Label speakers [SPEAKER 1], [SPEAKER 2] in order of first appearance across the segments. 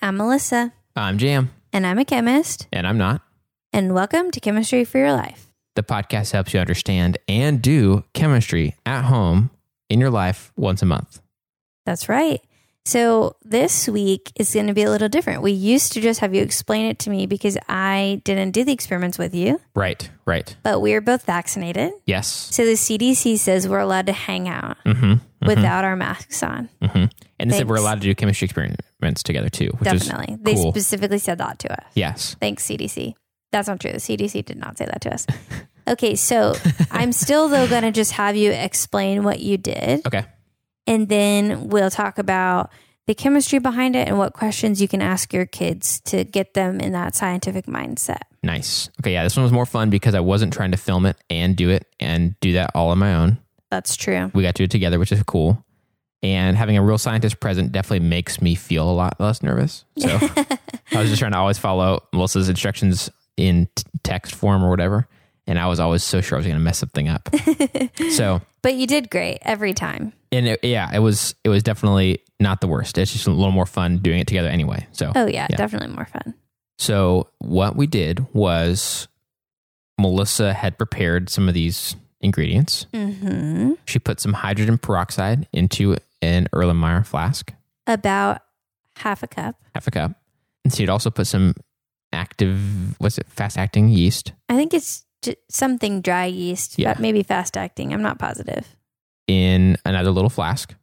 [SPEAKER 1] I'm Melissa,
[SPEAKER 2] I'm Jam,
[SPEAKER 1] and I'm a chemist,
[SPEAKER 2] and I'm not.
[SPEAKER 1] and welcome to Chemistry for Your Life.
[SPEAKER 2] The podcast helps you understand and do chemistry at home in your life once a month.
[SPEAKER 1] That's right. So this week is going to be a little different. We used to just have you explain it to me because I didn't do the experiments with you,
[SPEAKER 2] Right, right.
[SPEAKER 1] but we are both vaccinated.
[SPEAKER 2] Yes.
[SPEAKER 1] So the CDC says we're allowed to hang out
[SPEAKER 2] Mm-hmm.
[SPEAKER 1] without our masks on.
[SPEAKER 2] hmm And they said we're
[SPEAKER 1] Thanks.
[SPEAKER 2] allowed to do chemistry experiments together too, which
[SPEAKER 1] Definitely.
[SPEAKER 2] is
[SPEAKER 1] They
[SPEAKER 2] cool.
[SPEAKER 1] specifically said that to us.
[SPEAKER 2] yes.
[SPEAKER 1] Thanks, CDC. That's not true. The CDC did not say that to us. Okay, so I'm still, though, going to just have you explain what you did.
[SPEAKER 2] Okay.
[SPEAKER 1] And then we'll talk about the chemistry behind it and what questions you can ask your kids to get them in that scientific mindset.
[SPEAKER 2] Nice. Okay. Yeah, this one was more fun because I wasn't trying to film it and do it and do that all on my own.
[SPEAKER 1] That's true.
[SPEAKER 2] We got to do it together, which is cool. And having a real scientist present definitely makes me feel a lot less nervous. So I was just trying to always follow Melissa's instructions in t- text form or whatever. And I was always so sure I was going to mess something up. so,
[SPEAKER 1] but you did great every time.
[SPEAKER 2] and it, yeah, it was, it was definitely not the worst. It's just a little more fun doing it together anyway. So,
[SPEAKER 1] Oh, yeah,
[SPEAKER 2] Yeah.
[SPEAKER 1] definitely more fun.
[SPEAKER 2] so what we did was Melissa had prepared some of these ingredients.
[SPEAKER 1] hmm
[SPEAKER 2] She put some hydrogen peroxide into an Erlenmeyer flask.
[SPEAKER 1] About half a cup.
[SPEAKER 2] half a cup. And so you'd also put some active, what's it, fast acting yeast
[SPEAKER 1] I think it's j- something dry yeast,
[SPEAKER 2] Yeah.
[SPEAKER 1] but maybe fast acting. I'm not positive.
[SPEAKER 2] in another little flask.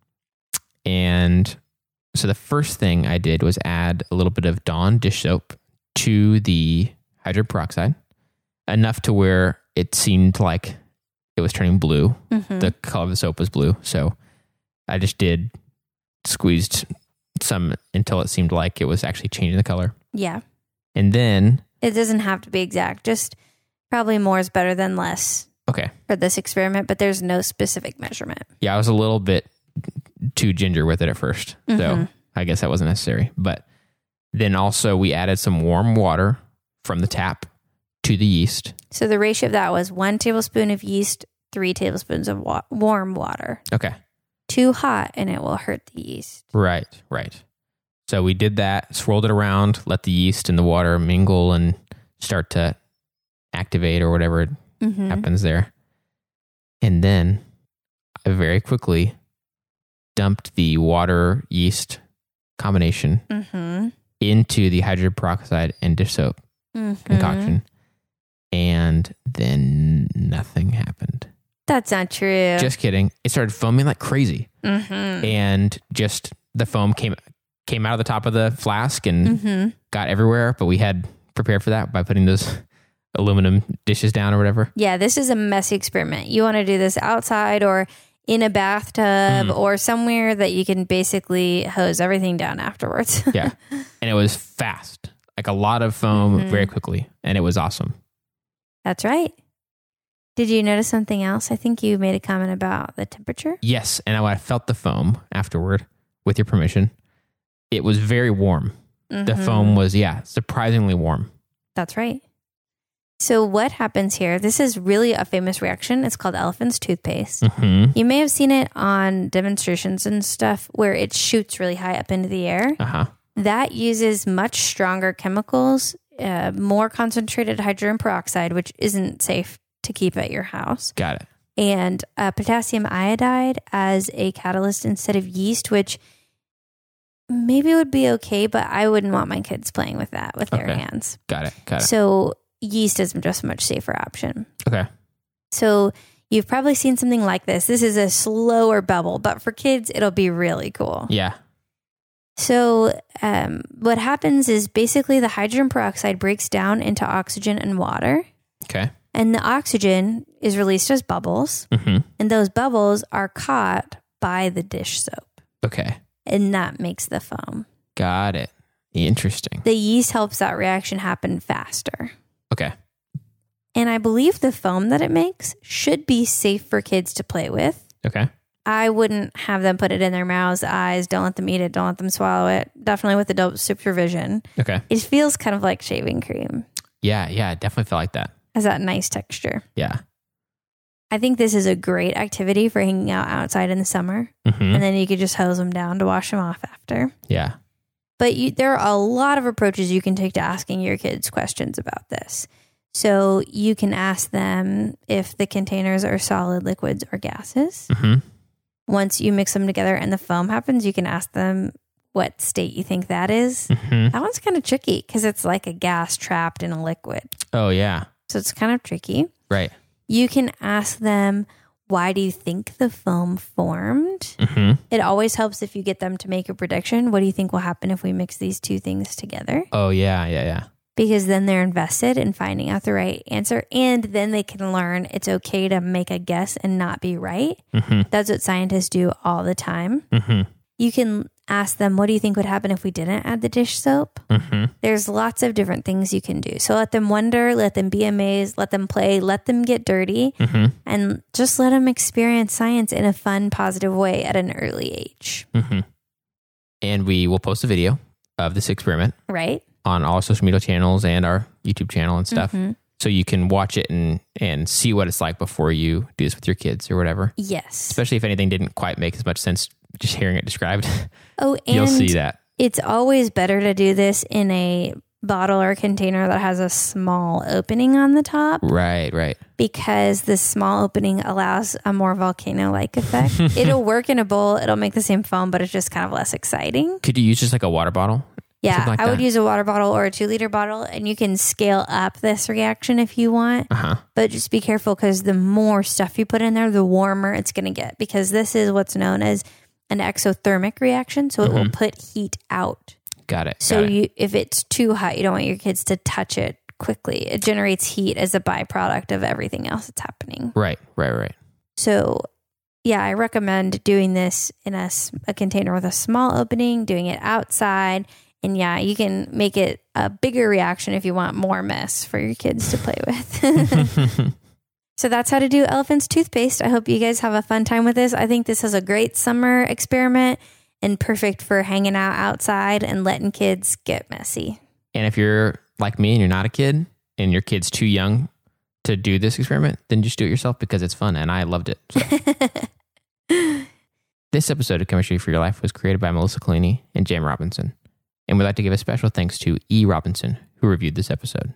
[SPEAKER 2] And so the first thing I did was add a little bit of Dawn dish soap to the hydrogen peroxide, enough to where it seemed like it was turning blue.
[SPEAKER 1] Mhm.
[SPEAKER 2] The color of the soap was blue. So I just did squeezed some until it seemed like it was actually changing the color.
[SPEAKER 1] yeah.
[SPEAKER 2] And then,
[SPEAKER 1] It doesn't have to be exact. Just probably more is better than less
[SPEAKER 2] okay,
[SPEAKER 1] for this experiment, but there's no specific measurement.
[SPEAKER 2] Yeah, I was a little bit too ginger with it at 1st So
[SPEAKER 1] Mhm.
[SPEAKER 2] I guess that wasn't necessary. But then also, we added some warm water from the tap to the yeast.
[SPEAKER 1] So the ratio of that was one tablespoon of yeast, three tablespoons of wa- warm water.
[SPEAKER 2] Okay.
[SPEAKER 1] Too hot and it will hurt the yeast.
[SPEAKER 2] Right, right. So we did that, swirled it around, let the yeast and the water mingle and start to activate or whatever
[SPEAKER 1] Mm-hmm.
[SPEAKER 2] happens there. And then I very quickly dumped the water yeast combination
[SPEAKER 1] Mm-hmm.
[SPEAKER 2] into the hydrogen peroxide and dish soap.
[SPEAKER 1] Mm-hmm.
[SPEAKER 2] concoction. And then nothing happened.
[SPEAKER 1] That's not true.
[SPEAKER 2] Just kidding. It started foaming like crazy.
[SPEAKER 1] mm-hmm.
[SPEAKER 2] And just the foam came came out of the top of the flask and
[SPEAKER 1] Mm-hmm.
[SPEAKER 2] got everywhere, but we had prepared for that by putting those aluminum dishes down or whatever.
[SPEAKER 1] Yeah, this is a messy experiment. You want to do this outside or in a bathtub
[SPEAKER 2] Mm.
[SPEAKER 1] or somewhere that you can basically hose everything down afterwards.
[SPEAKER 2] Yeah. and it was fast. Like a lot of foam
[SPEAKER 1] Mhm.
[SPEAKER 2] very quickly. And it was awesome.
[SPEAKER 1] That's right. Did you notice something else? I think you made a comment about the temperature.
[SPEAKER 2] Yes, and I felt the foam afterward, with your permission. It was very warm. The
[SPEAKER 1] Mhm.
[SPEAKER 2] foam was, yeah, surprisingly warm.
[SPEAKER 1] That's right. So, what happens here? This is really a famous reaction. It's called elephant's toothpaste.
[SPEAKER 2] hmm
[SPEAKER 1] You may have seen it on demonstrations and stuff where it shoots really high up into the air.
[SPEAKER 2] Uh huh.
[SPEAKER 1] That uses much stronger chemicals, uh, more concentrated hydrogen peroxide, which isn't safe to keep at your house,
[SPEAKER 2] Got it.
[SPEAKER 1] and uh, potassium iodide as a catalyst instead of yeast, which maybe would be okay, but I wouldn't want my kids playing with that with their
[SPEAKER 2] Okay.
[SPEAKER 1] hands.
[SPEAKER 2] Got it. Got it.
[SPEAKER 1] So yeast is just a much safer option.
[SPEAKER 2] Okay.
[SPEAKER 1] So you've probably seen something like this. This is a slower bubble, but for kids, it'll be really cool.
[SPEAKER 2] Yeah.
[SPEAKER 1] So um, what happens is basically the hydrogen peroxide breaks down into oxygen and water,
[SPEAKER 2] Okay.
[SPEAKER 1] and the oxygen is released as bubbles,
[SPEAKER 2] hmm
[SPEAKER 1] and those bubbles are caught by the dish soap,
[SPEAKER 2] Okay.
[SPEAKER 1] and that makes the foam.
[SPEAKER 2] Got it. Interesting.
[SPEAKER 1] The yeast helps that reaction happen faster.
[SPEAKER 2] Okay.
[SPEAKER 1] And I believe the foam that it makes should be safe for kids to play with.
[SPEAKER 2] Okay.
[SPEAKER 1] I wouldn't have them put it in their mouths, eyes, don't let them eat it, don't let them swallow it. Definitely with adult supervision.
[SPEAKER 2] Okay.
[SPEAKER 1] It feels kind of like shaving cream,
[SPEAKER 2] Yeah. Yeah. I Definitely felt like that.
[SPEAKER 1] has that nice texture.
[SPEAKER 2] Yeah.
[SPEAKER 1] I think this is a great activity for hanging out outside in the summer.
[SPEAKER 2] hmm
[SPEAKER 1] And then you could just hose them down to wash them off after.
[SPEAKER 2] Yeah.
[SPEAKER 1] But you, there are a lot of approaches you can take to asking your kids questions about this. So you can ask them if the containers are solid, liquids, or gases.
[SPEAKER 2] hmm
[SPEAKER 1] Once you mix them together and the foam happens, you can ask them what state you think that is.
[SPEAKER 2] hmm
[SPEAKER 1] That one's kind of tricky because it's like a gas trapped in a liquid.
[SPEAKER 2] Oh yeah,
[SPEAKER 1] So it's kind of tricky.
[SPEAKER 2] right.
[SPEAKER 1] You can ask them, why do you think the foam formed?
[SPEAKER 2] hmm
[SPEAKER 1] It always helps if you get them to make a prediction. What do you think will happen if we mix these two things together?
[SPEAKER 2] Oh yeah, yeah, yeah.
[SPEAKER 1] Because then they're invested in finding out the right answer and then they can learn it's okay to make a guess and not be right.
[SPEAKER 2] hmm
[SPEAKER 1] That's what scientists do all the time.
[SPEAKER 2] hmm
[SPEAKER 1] You can ask them, what do you think would happen if we didn't add the dish soap?
[SPEAKER 2] hmm
[SPEAKER 1] There's lots of different things you can do. So let them wonder, let them be amazed, let them play, let them get dirty,
[SPEAKER 2] hmm
[SPEAKER 1] and just let them experience science in a fun, positive way at an early age,
[SPEAKER 2] hmm And we will post a video of this experiment
[SPEAKER 1] right?
[SPEAKER 2] on all our social media channels and our YouTube channel and stuff,
[SPEAKER 1] Mhm.
[SPEAKER 2] so you can watch it and and see what it's like before you do this with your kids or whatever.
[SPEAKER 1] Yes.
[SPEAKER 2] Especially if anything didn't quite make as much sense just hearing it described,
[SPEAKER 1] Oh, and
[SPEAKER 2] you'll see that.
[SPEAKER 1] it's always better to do this in a bottle or container that has a small opening on the top
[SPEAKER 2] Right, right.
[SPEAKER 1] because the small opening allows a more volcano like effect. it'll work in a bowl, it'll make the same foam, but it's just kind of less exciting.
[SPEAKER 2] Could you use just like a water bottle?
[SPEAKER 1] Yeah,
[SPEAKER 2] Something like
[SPEAKER 1] I would
[SPEAKER 2] that.
[SPEAKER 1] use a water bottle or a two liter bottle, and you can scale up this reaction if you want.
[SPEAKER 2] Uh huh.
[SPEAKER 1] But just be careful because the more stuff you put in there, the warmer it's going to get because this is what's known as an exothermic reaction. So it
[SPEAKER 2] Mm-hmm.
[SPEAKER 1] will put heat out.
[SPEAKER 2] Got it.
[SPEAKER 1] So
[SPEAKER 2] got it.
[SPEAKER 1] you, if it's too hot, you don't want your kids to touch it quickly. It generates heat as a byproduct of everything else that's happening.
[SPEAKER 2] right, right, right.
[SPEAKER 1] So, yeah, I recommend doing this in a, s- a container with a small opening, doing it outside. And yeah, you can make it a bigger reaction if you want more mess for your kids to play with. so that's how to do elephant's toothpaste. I hope you guys have a fun time with this. I think this is a great summer experiment and perfect for hanging out outside and letting kids get messy.
[SPEAKER 2] And if you're like me and you're not a kid and your kid's too young to do this experiment, then just do it yourself because it's fun and I loved it. So this episode of Chemistry for Your Life was created by Melissa Collini and Jam Robinson. And we'd like to give a special thanks to E. Robinson, who reviewed this episode.